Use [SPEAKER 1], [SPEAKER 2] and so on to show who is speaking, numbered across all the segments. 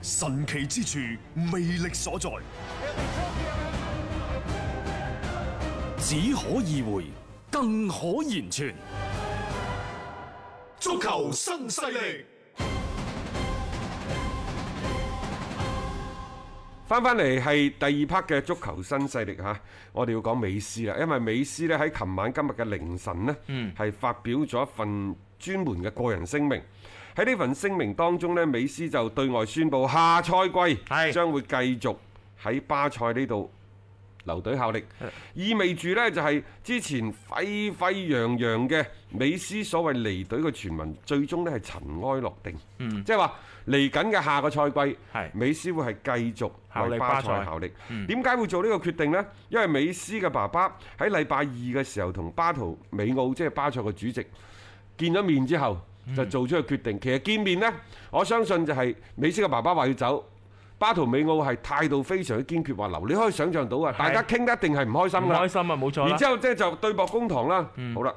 [SPEAKER 1] 神奇之處，魅力所在，
[SPEAKER 2] 只可意會，更可言傳。
[SPEAKER 1] 足球新勢力。
[SPEAKER 3] 翻翻嚟係第二 part 嘅足球新勢力嚇，我哋要講美斯啦，因為美斯呢喺琴晚今日嘅凌晨呢，係、發表咗一份專門嘅個人聲明。喺呢份聲明當中呢，美斯就對外宣布下賽季
[SPEAKER 4] 係
[SPEAKER 3] 將會繼續喺巴塞呢度留隊效力，意味住呢就係之前沸沸揚揚嘅美斯所謂離隊嘅傳聞，最終呢係塵埃落定。即係話嚟緊嘅下個賽季
[SPEAKER 4] 係，
[SPEAKER 3] 美斯會係繼續
[SPEAKER 4] 效
[SPEAKER 3] 為
[SPEAKER 4] 力
[SPEAKER 3] 巴
[SPEAKER 4] 巴
[SPEAKER 3] 塞
[SPEAKER 4] 塞嗯
[SPEAKER 3] 效力。點解會做呢個決定呢？因為美斯嘅爸爸喺禮拜二嘅時候同巴圖美奧即係巴塞嘅主席見咗面之後，
[SPEAKER 4] 嗯
[SPEAKER 3] 就做出個決定。其實見面呢，我相信就係美斯嘅爸爸話要走。巴圖美奧係態度非常之堅決，話留，你可以想象到啊！大家傾得一定係唔開心
[SPEAKER 4] 唔
[SPEAKER 3] 㗎啦
[SPEAKER 4] 開。心啊，冇錯啦嗯
[SPEAKER 3] 然。之後即係就對簿公堂啦。好啦，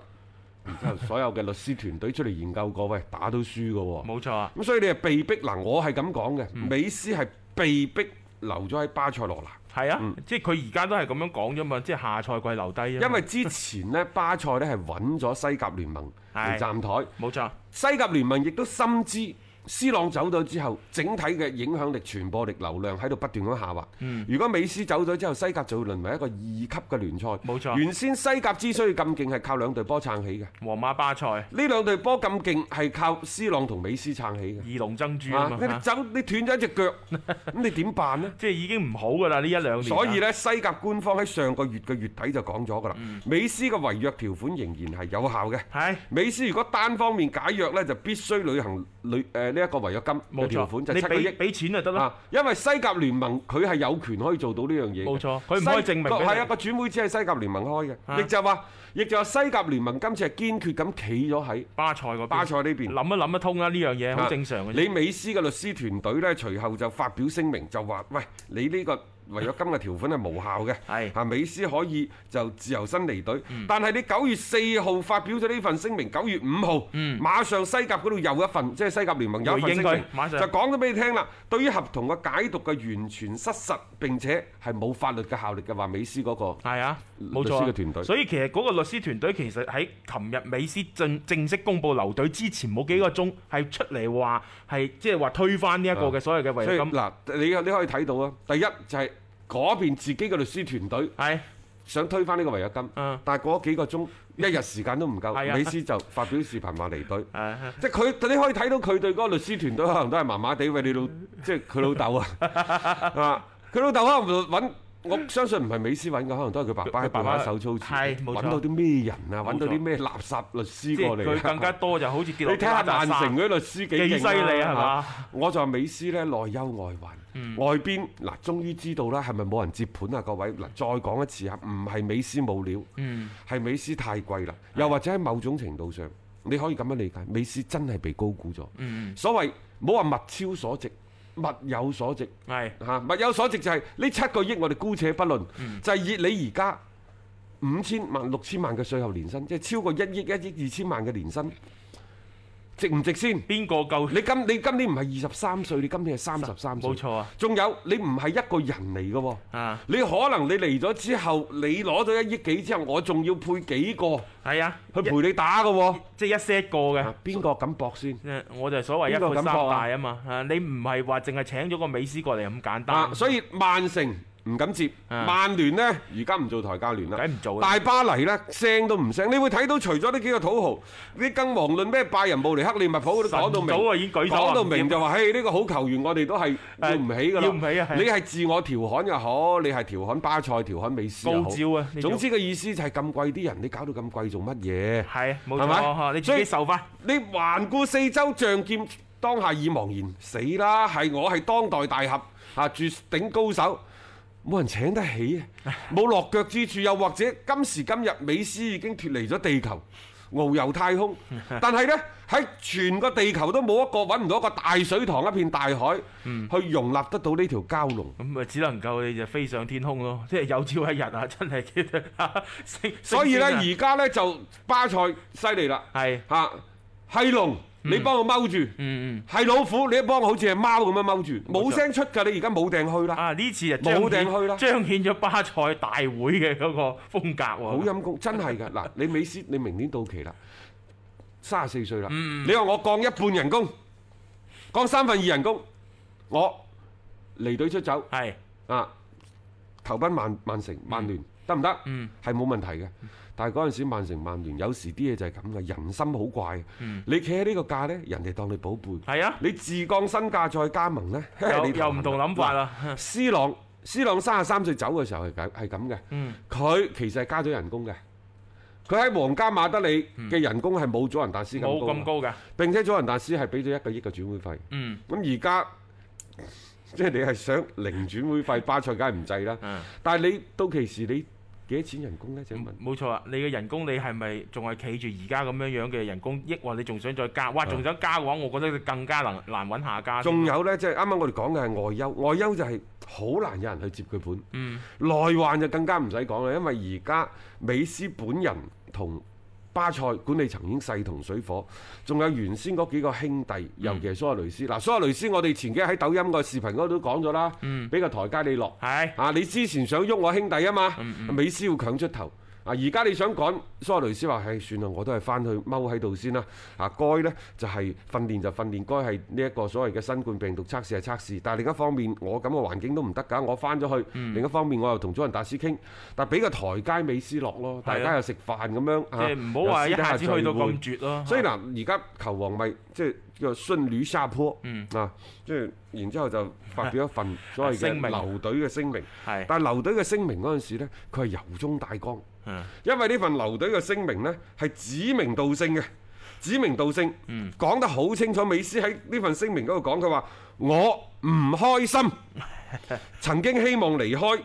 [SPEAKER 3] 然之後所有嘅律師團隊出嚟研究過，喂，打都輸㗎喎。
[SPEAKER 4] 冇錯啊，
[SPEAKER 3] 咁所以你係被逼嗱，我係咁講嘅，美斯係被逼留咗喺巴塞羅那，
[SPEAKER 4] 係啊，即係佢而家都係咁樣講啫嘛，即係下賽季留低啊啫嘛。
[SPEAKER 3] 因為之前呢，巴塞呢係揾咗西甲聯盟嚟
[SPEAKER 4] 係
[SPEAKER 3] 站台，
[SPEAKER 4] 冇錯，
[SPEAKER 3] 西甲聯盟亦都深知。斯朗走咗之後，整體嘅影響力、傳播力、流量喺度不斷咁下滑。如果美斯走咗之後，西甲就會淪為一個二級嘅聯賽。
[SPEAKER 4] 冇錯
[SPEAKER 3] 原先西甲之所以咁勁，係靠兩隊波撐起嘅。
[SPEAKER 4] 皇馬巴塞二
[SPEAKER 3] 呢兩隊波咁勁，係靠斯朗同美斯撐起嘅。
[SPEAKER 4] 龍爭珠啊
[SPEAKER 3] 啊！
[SPEAKER 4] 嘛，
[SPEAKER 3] 你
[SPEAKER 4] 嚇
[SPEAKER 3] 走，你斷咗一隻腳，咁你點辦呢？
[SPEAKER 4] 即係已經唔好噶啦呢一兩年啊。
[SPEAKER 3] 所以呢，西甲官方喺上個月嘅月底就講咗㗎啦，美斯嘅違約條款仍然係有效嘅。
[SPEAKER 4] 係
[SPEAKER 3] 美斯如果單方面解約呢，就必須履行履誒呢一個違約金嘅
[SPEAKER 4] 冇
[SPEAKER 3] 條款，
[SPEAKER 4] 錯，
[SPEAKER 3] 就
[SPEAKER 4] 你
[SPEAKER 3] 七個
[SPEAKER 4] 俾
[SPEAKER 3] 億。
[SPEAKER 4] 俾錢就得啦。
[SPEAKER 3] 啊，因為西甲聯盟佢係有權可以做到呢樣嘢嘅。
[SPEAKER 4] 冇錯佢唔可以證明俾
[SPEAKER 3] 西
[SPEAKER 4] 你
[SPEAKER 3] 係啊，個轉會只係西甲聯盟開
[SPEAKER 4] 啊
[SPEAKER 3] 嘅，亦就話，亦就話西甲聯盟今次係堅決咁企咗喺
[SPEAKER 4] 巴塞嗰邊，
[SPEAKER 3] 巴塞呢邊。
[SPEAKER 4] 諗一諗得通啊，呢樣嘢好正常嘅啫。
[SPEAKER 3] 你美斯嘅律師團隊呢，隨後就發表聲明，就話：喂，你呢個違約金嘅條款係無效嘅，
[SPEAKER 4] 係
[SPEAKER 3] 啊，美斯可以就自由身離隊。但係你九月四號發表咗呢份聲明，九月五號，馬上西甲嗰度有一份，即係西甲聯盟有一份
[SPEAKER 4] 回
[SPEAKER 3] 聲
[SPEAKER 4] 應
[SPEAKER 3] 明
[SPEAKER 4] 佢，馬上
[SPEAKER 3] 就講咗俾你聽啦。對於合同嘅解讀嘅完全失實，並且係冇法律嘅效力嘅話，美斯嗰、個。
[SPEAKER 4] 係啊，冇
[SPEAKER 3] 律
[SPEAKER 4] 錯啊。
[SPEAKER 3] 師嘅團隊
[SPEAKER 4] 所以其實嗰個律師團隊其實喺琴日美斯正正式公布留隊之前冇幾個鐘，係出嚟話係即係話推翻呢一個嘅所謂嘅違
[SPEAKER 3] 所以
[SPEAKER 4] 約金。
[SPEAKER 3] 嗱，你你可以睇到啊，第一就係嗰邊自己嘅律師團隊。
[SPEAKER 4] 係
[SPEAKER 3] 想推翻呢個違約金，
[SPEAKER 4] 嗯
[SPEAKER 3] 但係過咗幾個鐘，一日時間都唔夠，
[SPEAKER 4] 係啊
[SPEAKER 3] 美斯就發表視頻話離隊。
[SPEAKER 4] 誒。
[SPEAKER 3] 即係佢，你可以睇到佢對嗰個律師團隊可能都係麻麻地，喂你老，
[SPEAKER 4] 嗯
[SPEAKER 3] 即係佢老 豆啊，啊，佢老豆可能揾，我相信唔係美斯揾嘅，可能都係佢爸爸喺
[SPEAKER 4] 佢爸
[SPEAKER 3] 背
[SPEAKER 4] 爸
[SPEAKER 3] 後手操持，
[SPEAKER 4] 係冇錯
[SPEAKER 3] 揾到啲咩人啊，
[SPEAKER 4] 冇錯
[SPEAKER 3] 揾到啲咩垃圾律師
[SPEAKER 4] 即
[SPEAKER 3] 過
[SPEAKER 4] 係
[SPEAKER 3] 嚟啊。
[SPEAKER 4] 佢更加多就好似跌
[SPEAKER 3] 你
[SPEAKER 4] 落
[SPEAKER 3] 睇
[SPEAKER 4] 垃
[SPEAKER 3] 下
[SPEAKER 4] 圾
[SPEAKER 3] 曼
[SPEAKER 4] 山
[SPEAKER 3] 城嗰啲律師幾
[SPEAKER 4] 幾
[SPEAKER 3] 勁啊
[SPEAKER 4] 犀利啊係嘛嗯
[SPEAKER 3] 我就話美斯咧內憂外患，外邊嗱終於知道啦，係咪冇人接盤啊？各位嗱，再講一次啊，唔係美斯冇料，係美斯太貴啦，又或者喺某種程度上，你可以咁樣理解，美斯真係被高估咗。
[SPEAKER 4] 嗯
[SPEAKER 3] 所謂冇話物超所值，物有所值。
[SPEAKER 4] 係
[SPEAKER 3] 嚇，物有所值就係呢七個億，我哋姑且不論，
[SPEAKER 4] 嗯
[SPEAKER 3] 就係以你而家五千萬、六千萬嘅税後年薪，即係超過一億、一億二千萬嘅年薪，值唔值先？
[SPEAKER 4] 邊個夠？
[SPEAKER 3] 你今你今年唔係二十三歲，你今年係三十三歲，
[SPEAKER 4] 冇錯啊！
[SPEAKER 3] 仲有你唔係一個人嚟嘅喎，
[SPEAKER 4] 啊，
[SPEAKER 3] 你可能你嚟咗之後，你攞咗一億幾之後，我仲要配幾個
[SPEAKER 4] 係啊，
[SPEAKER 3] 去陪你打嘅喎，
[SPEAKER 4] 一即係一 set 個嘅
[SPEAKER 3] 啊。邊個敢搏先？
[SPEAKER 4] 誒我就係所謂一
[SPEAKER 3] 邊個
[SPEAKER 4] 闊
[SPEAKER 3] 敢
[SPEAKER 4] 三
[SPEAKER 3] 搏啊
[SPEAKER 4] 大啊嘛，啊你唔係話淨係請咗個美斯過嚟咁簡單
[SPEAKER 3] 啊，，所以曼城唔唔敢接。
[SPEAKER 4] 啊
[SPEAKER 3] 曼聯呢，而家唔做抬價聯啦，
[SPEAKER 4] 梗唔做啦
[SPEAKER 3] 大巴黎呢，聲都唔聲。你會睇到除咗呢幾個土豪，你更遑論咩拜仁、慕尼黑、利物浦嗰啲講到明，
[SPEAKER 4] 晨早啊已經舉手啊
[SPEAKER 3] 講到明就話：，嘿，呢個好球員我哋都係要唔起㗎啦。
[SPEAKER 4] 要唔起啊係
[SPEAKER 3] 你係自我調侃又好，你係調侃巴塞、調侃美斯又好
[SPEAKER 4] 高招啊呢種
[SPEAKER 3] 總之個意思就係咁貴啲人，你搞到咁貴做乜嘢？
[SPEAKER 4] 係冇
[SPEAKER 3] 係
[SPEAKER 4] 錯，
[SPEAKER 3] 咪
[SPEAKER 4] 嚇你自己受翻。
[SPEAKER 3] 你環顧四周，仗劍當下已茫然，死啦！係我係當代大俠啊，絕頂高手，冇人請得起啊！冇落腳之處，又或者今時今日，美斯已經脱離咗地球。遨遊太空，但係呢，喺全個地球都冇一個揾唔到一個大水塘、一片大海，去容納得到呢條蛟龍。
[SPEAKER 4] 咁咪只能夠你就飛上天空咯，即係有朝一日啊，真係 升
[SPEAKER 3] 所以呢，
[SPEAKER 4] 升天
[SPEAKER 3] 而家呢，就巴塞犀利啦，
[SPEAKER 4] 啊係
[SPEAKER 3] 嚇係龍，你幫我踎住。
[SPEAKER 4] 嗯
[SPEAKER 3] 係老虎，你一幫我好似係貓咁樣踎住，冇聲出㗎。你而家冇掟去
[SPEAKER 4] 嗯
[SPEAKER 3] 啦，
[SPEAKER 4] 啊呢次就彰
[SPEAKER 3] 冇掟去啦
[SPEAKER 4] 顯彰顯咗巴塞大會嘅嗰個風格喎。
[SPEAKER 3] 好陰公，真係㗎。嗱，你美斯，你明年到期啦，三十四歲啦。你話我降一半人工，降三分二人工，我離隊出走
[SPEAKER 4] 係
[SPEAKER 3] 啊，投奔曼曼城、曼聯得唔得？係冇問題嘅。但係嗰陣時，曼城、曼聯有時啲嘢就係咁嘅，人心好怪。你企喺呢個價呢，人哋當你寶貝。
[SPEAKER 4] 係啊，
[SPEAKER 3] 你自降身價再加盟呢， 啊
[SPEAKER 4] 又
[SPEAKER 3] 你
[SPEAKER 4] 又唔同諗法啊啦。
[SPEAKER 3] C 朗，C 朗三十三歲走嘅時候係咁係咁嘅，
[SPEAKER 4] 嗯
[SPEAKER 3] 佢、其實係加咗人工嘅。佢喺皇家馬德里嘅人工係冇佐仁達斯咁
[SPEAKER 4] 嗯冇
[SPEAKER 3] 高啊
[SPEAKER 4] 咁
[SPEAKER 3] 嘅，
[SPEAKER 4] 高㗎，
[SPEAKER 3] 並且佐仁達斯係俾咗一個億嘅轉會費。
[SPEAKER 4] 嗯，
[SPEAKER 3] 咁而家 即係你係想零轉會費，巴塞梗係唔制啦。
[SPEAKER 4] 嗯
[SPEAKER 3] 但係你到期時你幾多錢人工呢？請問？
[SPEAKER 4] 冇錯啊！你嘅人工你係咪仲係企住而家咁樣樣嘅人工，抑或你仲想再加？哇，仲想加嘅話，我覺得你更加難難揾下家。
[SPEAKER 3] 啊仲有呢，即係啱啱我哋講嘅係外憂，外憂就係好難有人去接佢盤。
[SPEAKER 4] 嗯
[SPEAKER 3] 內患就更加唔使講啦，因為而家美斯本人同巴塞管理層已經勢同水火，仲有原先嗰幾個兄弟，尤其係蘇亞雷斯。嗱、蘇亞雷斯我哋前幾日喺抖音個視頻嗰度都講咗啦，俾個台階你落。
[SPEAKER 4] 係
[SPEAKER 3] 啊，你之前想喐我兄弟啊嘛，
[SPEAKER 4] 嗯
[SPEAKER 3] 美斯要強出頭。啊！而家你想趕蘇亞雷斯話：，唉，算啦，我都係翻去踎喺度先啦。啊，該呢就係訓練就訓練，該係呢一個所謂嘅新冠病毒測試係測試。但係另一方面，我咁嘅環境都唔得㗎，我翻咗去。
[SPEAKER 4] 嗯
[SPEAKER 3] 另一方面，我又同祖雲達斯傾，但係俾個台階美斯落咯，大家又食飯咁樣。
[SPEAKER 4] 啊
[SPEAKER 3] 啊
[SPEAKER 4] 即係唔好話一下子去到咁絕咯。
[SPEAKER 3] 所以嗱，而家球王咪即係叫順履下坡，啊，即係然之後就發表一份所謂
[SPEAKER 4] 嗯 聲明
[SPEAKER 3] 嘅留隊嘅聲明。
[SPEAKER 4] 係
[SPEAKER 3] 但係留隊嘅聲明嗰陣時咧，佢係由中大江，
[SPEAKER 4] 嗯
[SPEAKER 3] 因為呢份留隊嘅聲明呢係指名道姓嘅，指名道姓講得好清楚。美斯喺呢份聲明嗰度講，佢話我唔 開心，曾經希望離開，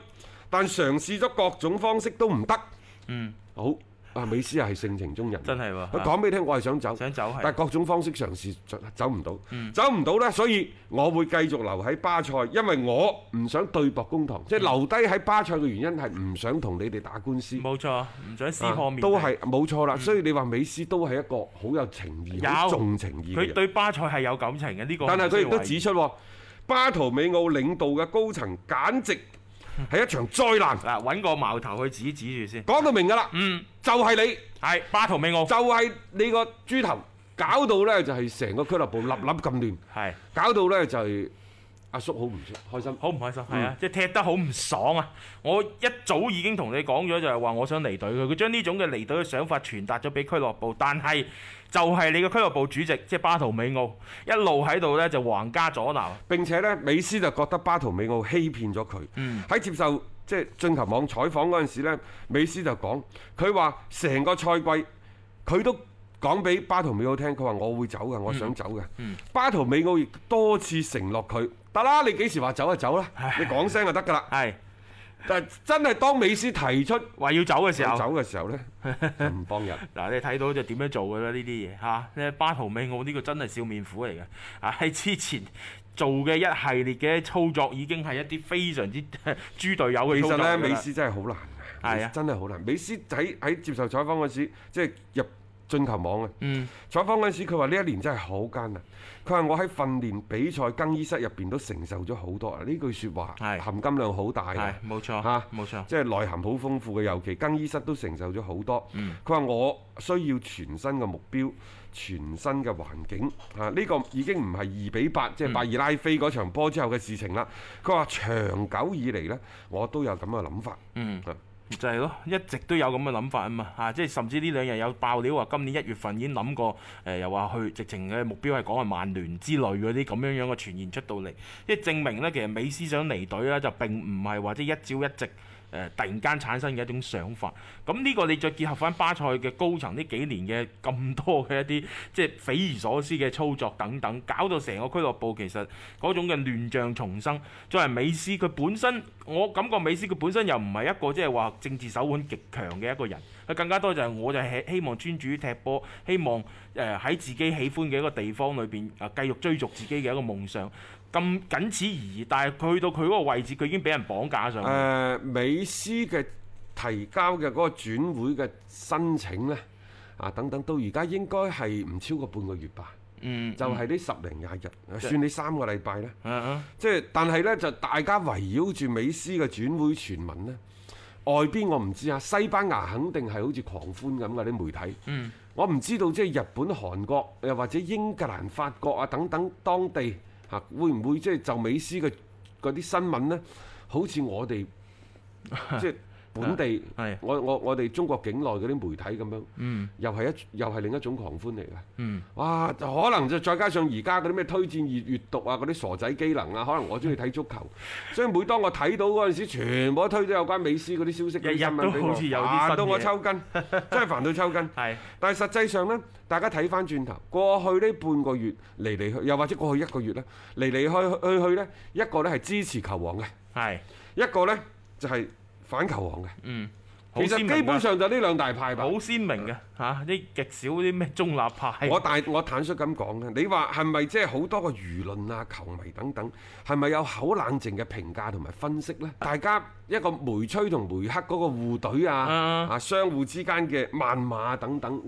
[SPEAKER 3] 但嘗試咗各種方式都唔得。
[SPEAKER 4] 嗯，
[SPEAKER 3] 好。啊！美斯又係性情中人，
[SPEAKER 4] 真係喎
[SPEAKER 3] 佢講俾你聽，我係想走，
[SPEAKER 4] 想走係
[SPEAKER 3] 但係各種方式嘗試走走唔到，走唔到呢，所以我會繼續留喺巴塞，因為我唔想對簿公堂，即係留低喺巴塞嘅原因係唔想同你哋打官司。
[SPEAKER 4] 冇錯，唔想撕
[SPEAKER 3] 啊
[SPEAKER 4] 破面皮。
[SPEAKER 3] 都係冇錯啦，所以你話美斯都係一個好有情義、好
[SPEAKER 4] 有
[SPEAKER 3] 重情義嘅
[SPEAKER 4] 佢
[SPEAKER 3] 人
[SPEAKER 4] 對巴塞係有感情嘅呢個，
[SPEAKER 3] 但係佢亦都
[SPEAKER 4] 指
[SPEAKER 3] 指出喎，巴圖美奧領導嘅高層簡直係一場災難。
[SPEAKER 4] 嗱揾個矛頭去指指住先。
[SPEAKER 3] 講到明㗎啦，
[SPEAKER 4] 嗯，
[SPEAKER 3] 就係你，
[SPEAKER 4] 係巴圖美奧
[SPEAKER 3] 就係你個豬頭，搞到呢就係成個俱樂部立立咁亂，
[SPEAKER 4] 係
[SPEAKER 3] 搞到呢就係阿叔好唔開心。
[SPEAKER 4] 好唔開心，
[SPEAKER 3] 嗯
[SPEAKER 4] 係啊，即係踢得好唔爽啊！我一早已經同你講咗，就係話我想離隊佢，佢將呢種嘅離隊嘅想法傳達咗俾俱樂部，但係就係你嘅俱樂部主席即係巴圖美奧一路喺度呢，就橫加阻撓，
[SPEAKER 3] 並且呢，美斯就覺得巴圖美奧欺騙咗佢。喺、接受即係進球網採訪嗰陣時呢，美斯就講，佢話成個賽季佢都講俾巴圖美奧聽，佢話我會走嘅，我想走嘅。巴圖美奧亦多次承諾佢，得啦，你幾時話走就啊走啦，你講聲就得㗎啦。
[SPEAKER 4] 係
[SPEAKER 3] 但係真係當美斯提出
[SPEAKER 4] 話要走嘅時
[SPEAKER 3] 想
[SPEAKER 4] 候。
[SPEAKER 3] 走嘅時候呢，就唔幫人。
[SPEAKER 4] 嗱，你睇到就點樣做嘅啦？呢啲嘢嚇，咧巴圖美奧呢個真係笑面虎嚟嘅。啊，喺之前做嘅一系列嘅操作，已經係一啲非常之 豬隊友嘅
[SPEAKER 3] 其
[SPEAKER 4] 操作
[SPEAKER 3] 實呢，
[SPEAKER 4] 㗎
[SPEAKER 3] 美
[SPEAKER 4] 啦
[SPEAKER 3] 斯真係好難，
[SPEAKER 4] 係啊
[SPEAKER 3] 美斯真係好難。美斯喺喺接受採訪嗰時，即係入進球網嘅。啊
[SPEAKER 4] 嗯，
[SPEAKER 3] 採訪嗰陣時，佢話呢一年真係好艱難。佢話我喺訓練、比賽、更衣室入邊都承受咗好多啊！呢句説話
[SPEAKER 4] 係
[SPEAKER 3] 含金量好大
[SPEAKER 4] 係啊
[SPEAKER 3] 嘅。
[SPEAKER 4] 冇錯，
[SPEAKER 3] 嚇
[SPEAKER 4] 冇錯，
[SPEAKER 3] 即係內涵好豐富嘅，尤其更衣室都承受咗好多。
[SPEAKER 4] 嗯
[SPEAKER 3] 佢話、我需要全新嘅目標，全新嘅環境啊！呢、個已經唔係二比八，
[SPEAKER 4] 嗯
[SPEAKER 3] 即係拜爾拉菲嗰場波之後嘅事情啦。佢話長久以嚟呢，我都有咁嘅諗法。
[SPEAKER 4] 嗯
[SPEAKER 3] 啊。
[SPEAKER 4] 就係咯，一直都有咁嘅諗法啊嘛，嚇、即係甚至呢兩日有爆料話，今年一月份已經諗過，誒、又話去直情嘅目標係講係曼聯之類嗰啲咁樣樣嘅傳言出到嚟，即係證明呢，其實美斯想離隊啦，就並唔係話即係一朝一夕。誒、突然間產生嘅一種想法，咁呢個你再結合翻巴塞嘅高層呢幾年嘅咁多嘅一啲即係匪夷所思嘅操作等等，搞到成個俱樂部其實嗰種嘅亂象重生。作為美斯，佢本身我感覺美斯佢本身又唔係一個即係話政治手腕極強嘅一個人，佢更加多就係我就係希望專注於踢波，希望誒喺、自己喜歡嘅一個地方裏邊啊繼續追逐自己嘅一個夢想。咁僅此而已，但係佢去到佢嗰個位置，佢已經俾人綁架上
[SPEAKER 3] 誒、
[SPEAKER 4] 嚟。
[SPEAKER 3] 美斯嘅提交嘅嗰個轉會嘅申請呢，啊等等，到而家應該係唔超過半個月吧，
[SPEAKER 4] 嗯，
[SPEAKER 3] 就係呢十零廿日，算你三個禮拜啦。
[SPEAKER 4] 嗯嗯。
[SPEAKER 3] 即係但係呢，就大家圍繞住美斯嘅轉會傳聞呢，外邊我唔知啊，西班牙肯定係好似狂歡咁嘅啲媒體。
[SPEAKER 4] 嗯
[SPEAKER 3] 我唔知道即係日本、韓國又或者英格蘭、法國啊等等當地嚇、會唔會即係就美斯嘅嗰啲新聞呢？好似 我哋即係本地
[SPEAKER 4] 係，
[SPEAKER 3] 我我我哋中國境內嗰啲媒體咁樣，
[SPEAKER 4] 嗯
[SPEAKER 3] 又係一又係另一種狂歡嚟㗎。
[SPEAKER 4] 嗯，
[SPEAKER 3] 哇！就可能就再加上而家嗰啲咩推薦閱閱讀啊，嗰啲傻仔機能啊，可能我中意睇足 球，所以每當我睇到嗰陣時，全部都推咗有關美斯嗰啲消息、嗰啲
[SPEAKER 4] 日日
[SPEAKER 3] 新聞俾
[SPEAKER 4] 都
[SPEAKER 3] 我，
[SPEAKER 4] 好似有啲
[SPEAKER 3] 煩
[SPEAKER 4] 新
[SPEAKER 3] 到我
[SPEAKER 4] 嘢
[SPEAKER 3] 抽 筋，真係煩到抽筋。
[SPEAKER 4] 係
[SPEAKER 3] 但係實際上呢，大家睇翻轉頭，過去呢半個月嚟嚟去，又或者過去一個月呢，嚟嚟去去去呢，一個呢係支持球王嘅，
[SPEAKER 4] 係，
[SPEAKER 3] 一個呢就係反球王嘅。
[SPEAKER 4] 嗯，好
[SPEAKER 3] 其
[SPEAKER 4] 鮮
[SPEAKER 3] 實
[SPEAKER 4] 明
[SPEAKER 3] 基
[SPEAKER 4] 㗎
[SPEAKER 3] 本上就呢兩大派吧
[SPEAKER 4] 好。鮮明嘅嚇，啲極少啲咩中立派。
[SPEAKER 3] 我大我坦率咁講咧，你話係咪即係好多個輿論啊、球迷等等，係咪有口冷靜嘅評價同埋分析呢？
[SPEAKER 4] 啊
[SPEAKER 3] 大家一個梅吹同梅黑嗰個互懟啊，
[SPEAKER 4] 啊嗯
[SPEAKER 3] 啊相互之間嘅謾罵等等，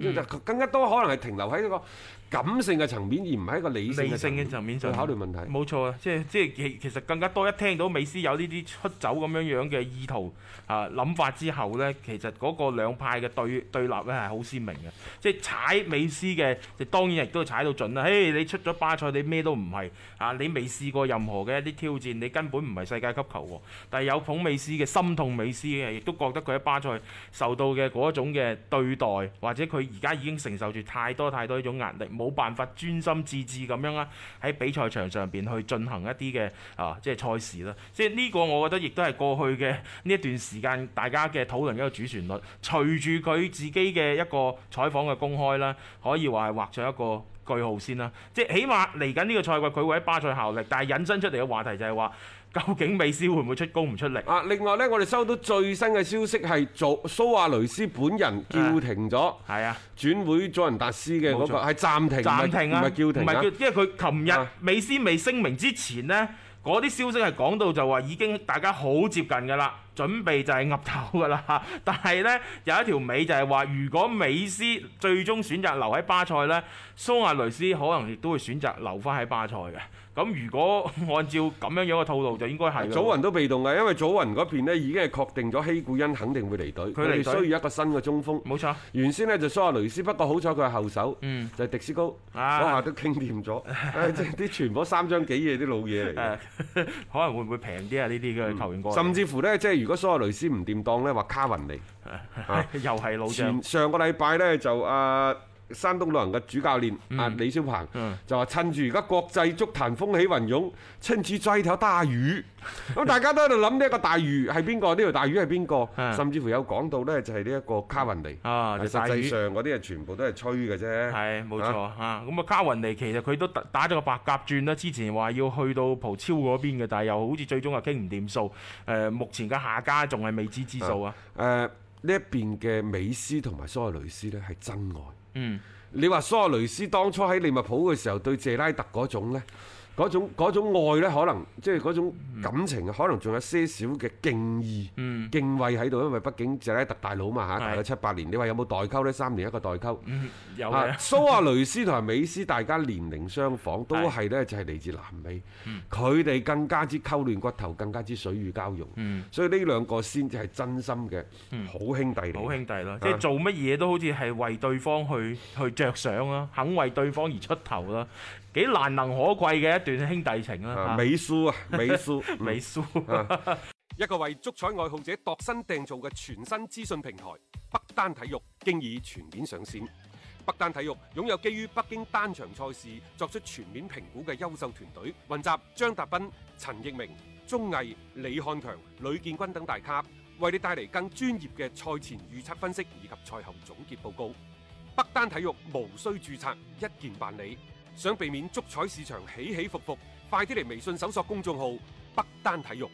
[SPEAKER 3] 更加多可能係停留喺一個感性嘅層面，而唔係一個理性
[SPEAKER 4] 理
[SPEAKER 3] 嘅
[SPEAKER 4] 性
[SPEAKER 3] 層面
[SPEAKER 4] 嘅層面上
[SPEAKER 3] 去考慮問題。
[SPEAKER 4] 冇錯啊！即係即係其其實更加多一聽到美斯有呢啲出走咁樣樣嘅意圖啊諗法之後呢，其實嗰個兩派嘅對對立呢係好鮮明嘅，即係踩美斯嘅就當然亦都踩到盡啦。誒，你出咗巴塞，你咩都唔係啊！你未試過任何嘅一啲挑戰，你根本唔係世界級球王。但係有捧美斯嘅心痛美斯嘅，亦都覺得佢喺巴塞受到嘅嗰種嘅對待，或者佢而家已經承受住太多太多呢種壓力，冇辦法專心致志咁樣啦，喺比賽場上邊去進行一啲嘅啊，即係賽事啦。即係呢個我覺得亦都係過去嘅呢一段時間大家嘅討論一個主旋律。隨住佢自己嘅一個採訪嘅公開啦，可以話係畫上一個。句號先啦，即係起碼嚟緊呢個賽季佢會喺巴塞效力，但係引申出嚟嘅話題就係話，究竟美斯會唔會出工唔出力？
[SPEAKER 3] 啊！另外呢，我哋收到最新嘅消息係做蘇亞雷斯本人叫停咗
[SPEAKER 4] 係啊。
[SPEAKER 3] 轉會佐仁達斯嘅嗰個
[SPEAKER 4] 冇錯
[SPEAKER 3] 係暫停，唔係
[SPEAKER 4] 暫停啊，
[SPEAKER 3] 唔係叫停啊。
[SPEAKER 4] 因為佢琴日
[SPEAKER 3] 啊
[SPEAKER 4] 美斯未聲明之前呢，嗰啲消息係講到就話已經大家好接近㗎啦，準備就係岌頭㗎啦。 但係呢，有一條尾就係話，如果美斯最終選擇留喺巴塞呢，蘇亞雷斯可能亦都會選擇留翻喺巴塞嘅。咁如果 按照咁樣樣嘅套路，就應該係㗎
[SPEAKER 3] 祖啊雲都被動嘅，因為祖雲嗰邊呢已經係確定咗希古恩肯定會離隊，
[SPEAKER 4] 佢離
[SPEAKER 3] 佢
[SPEAKER 4] 隊
[SPEAKER 3] 哋需要一個新嘅中鋒。
[SPEAKER 4] 冇錯，
[SPEAKER 3] 原先呢就蘇亞雷斯，不過好彩佢係後手，
[SPEAKER 4] 嗯
[SPEAKER 3] 就係迪斯高，
[SPEAKER 4] 啊
[SPEAKER 3] 嗰下都傾 掂咗，唉即係啲全部三張幾嘢啲老
[SPEAKER 4] 誒、
[SPEAKER 3] 嘢嚟 嘅。
[SPEAKER 4] 可能會唔會平啲啊？呢啲嘅球員過嚟，
[SPEAKER 3] 甚至乎呢，即係如果蘇亞雷斯唔掂當呢，話卡雲尼。啊
[SPEAKER 4] 又係老將
[SPEAKER 3] 前。上個禮拜呢，就啊山東魯能嘅主教練啊李霄鵬
[SPEAKER 4] 嗯
[SPEAKER 3] 就話趁住而家國際足壇風起雲湧，趁住追條大 魚。咁大家都喺度諗呢一個大魚係邊個？呢條大魚係邊個？
[SPEAKER 4] 嗯
[SPEAKER 3] 甚至乎有講到呢，就係呢一個卡雲尼。
[SPEAKER 4] 啊就
[SPEAKER 3] 實
[SPEAKER 4] 大魚
[SPEAKER 3] 際上嗰啲係全部都係吹嘅啫。
[SPEAKER 4] 係冇
[SPEAKER 3] 啊
[SPEAKER 4] 錯啊！咁啊，卡雲尼其實佢都打打咗個白鴿轉啦，之前話要去到葡超嗰邊嘅，但係又好似最終又傾唔掂數。誒、目前嘅下家仲係未知之數啊。
[SPEAKER 3] 誒呢一邊嘅美斯同埋蘇亞雷斯呢係真愛。
[SPEAKER 4] 嗯，
[SPEAKER 3] 你話蘇亞雷斯當初喺利物浦嘅時候對謝拉特嗰種呢，嗰種嗰種愛咧，可能即係嗰種感情啊，可能仲有些少嘅敬意、
[SPEAKER 4] 嗯
[SPEAKER 3] 敬畏喺度，因為畢竟謝拉特大佬嘛嚇，大
[SPEAKER 4] 係
[SPEAKER 3] 概七八年。你話有冇代溝呢？三年一個代溝。
[SPEAKER 4] 嗯有
[SPEAKER 3] 啊
[SPEAKER 4] 嘅，
[SPEAKER 3] 蘇亞雷斯同埋美斯大家年齡相仿，都係呢就係嚟自南美，佢哋更加之溝亂骨頭，更加之水乳交融，
[SPEAKER 4] 嗯
[SPEAKER 3] 所以呢兩個先至係真心嘅好兄弟
[SPEAKER 4] 好
[SPEAKER 3] 嚟。
[SPEAKER 4] 兄弟咯，即係做乜嘢都好似係為對方去去着想啦，肯為對方而出頭啦，幾難能可貴嘅一段兄弟情
[SPEAKER 3] 啊
[SPEAKER 4] 啦。
[SPEAKER 3] 美蘇啊，美蘇，嗯
[SPEAKER 4] 美蘇
[SPEAKER 3] 一個為足彩愛好者度身訂造嘅全新資訊平台北單體育，經已全面上線。北單體育擁有基於北京單場賽事作出全面評估嘅優秀團隊，雲集張達斌、陳奕明、鐘毅、李漢強、呂建軍等大咖，為你帶嚟更專業嘅賽前預測分析以及賽後總結報告。北單體育無需註冊，一鍵辦理。想避免足彩市場起起伏伏，快啲嚟微信搜索公眾號北單體育。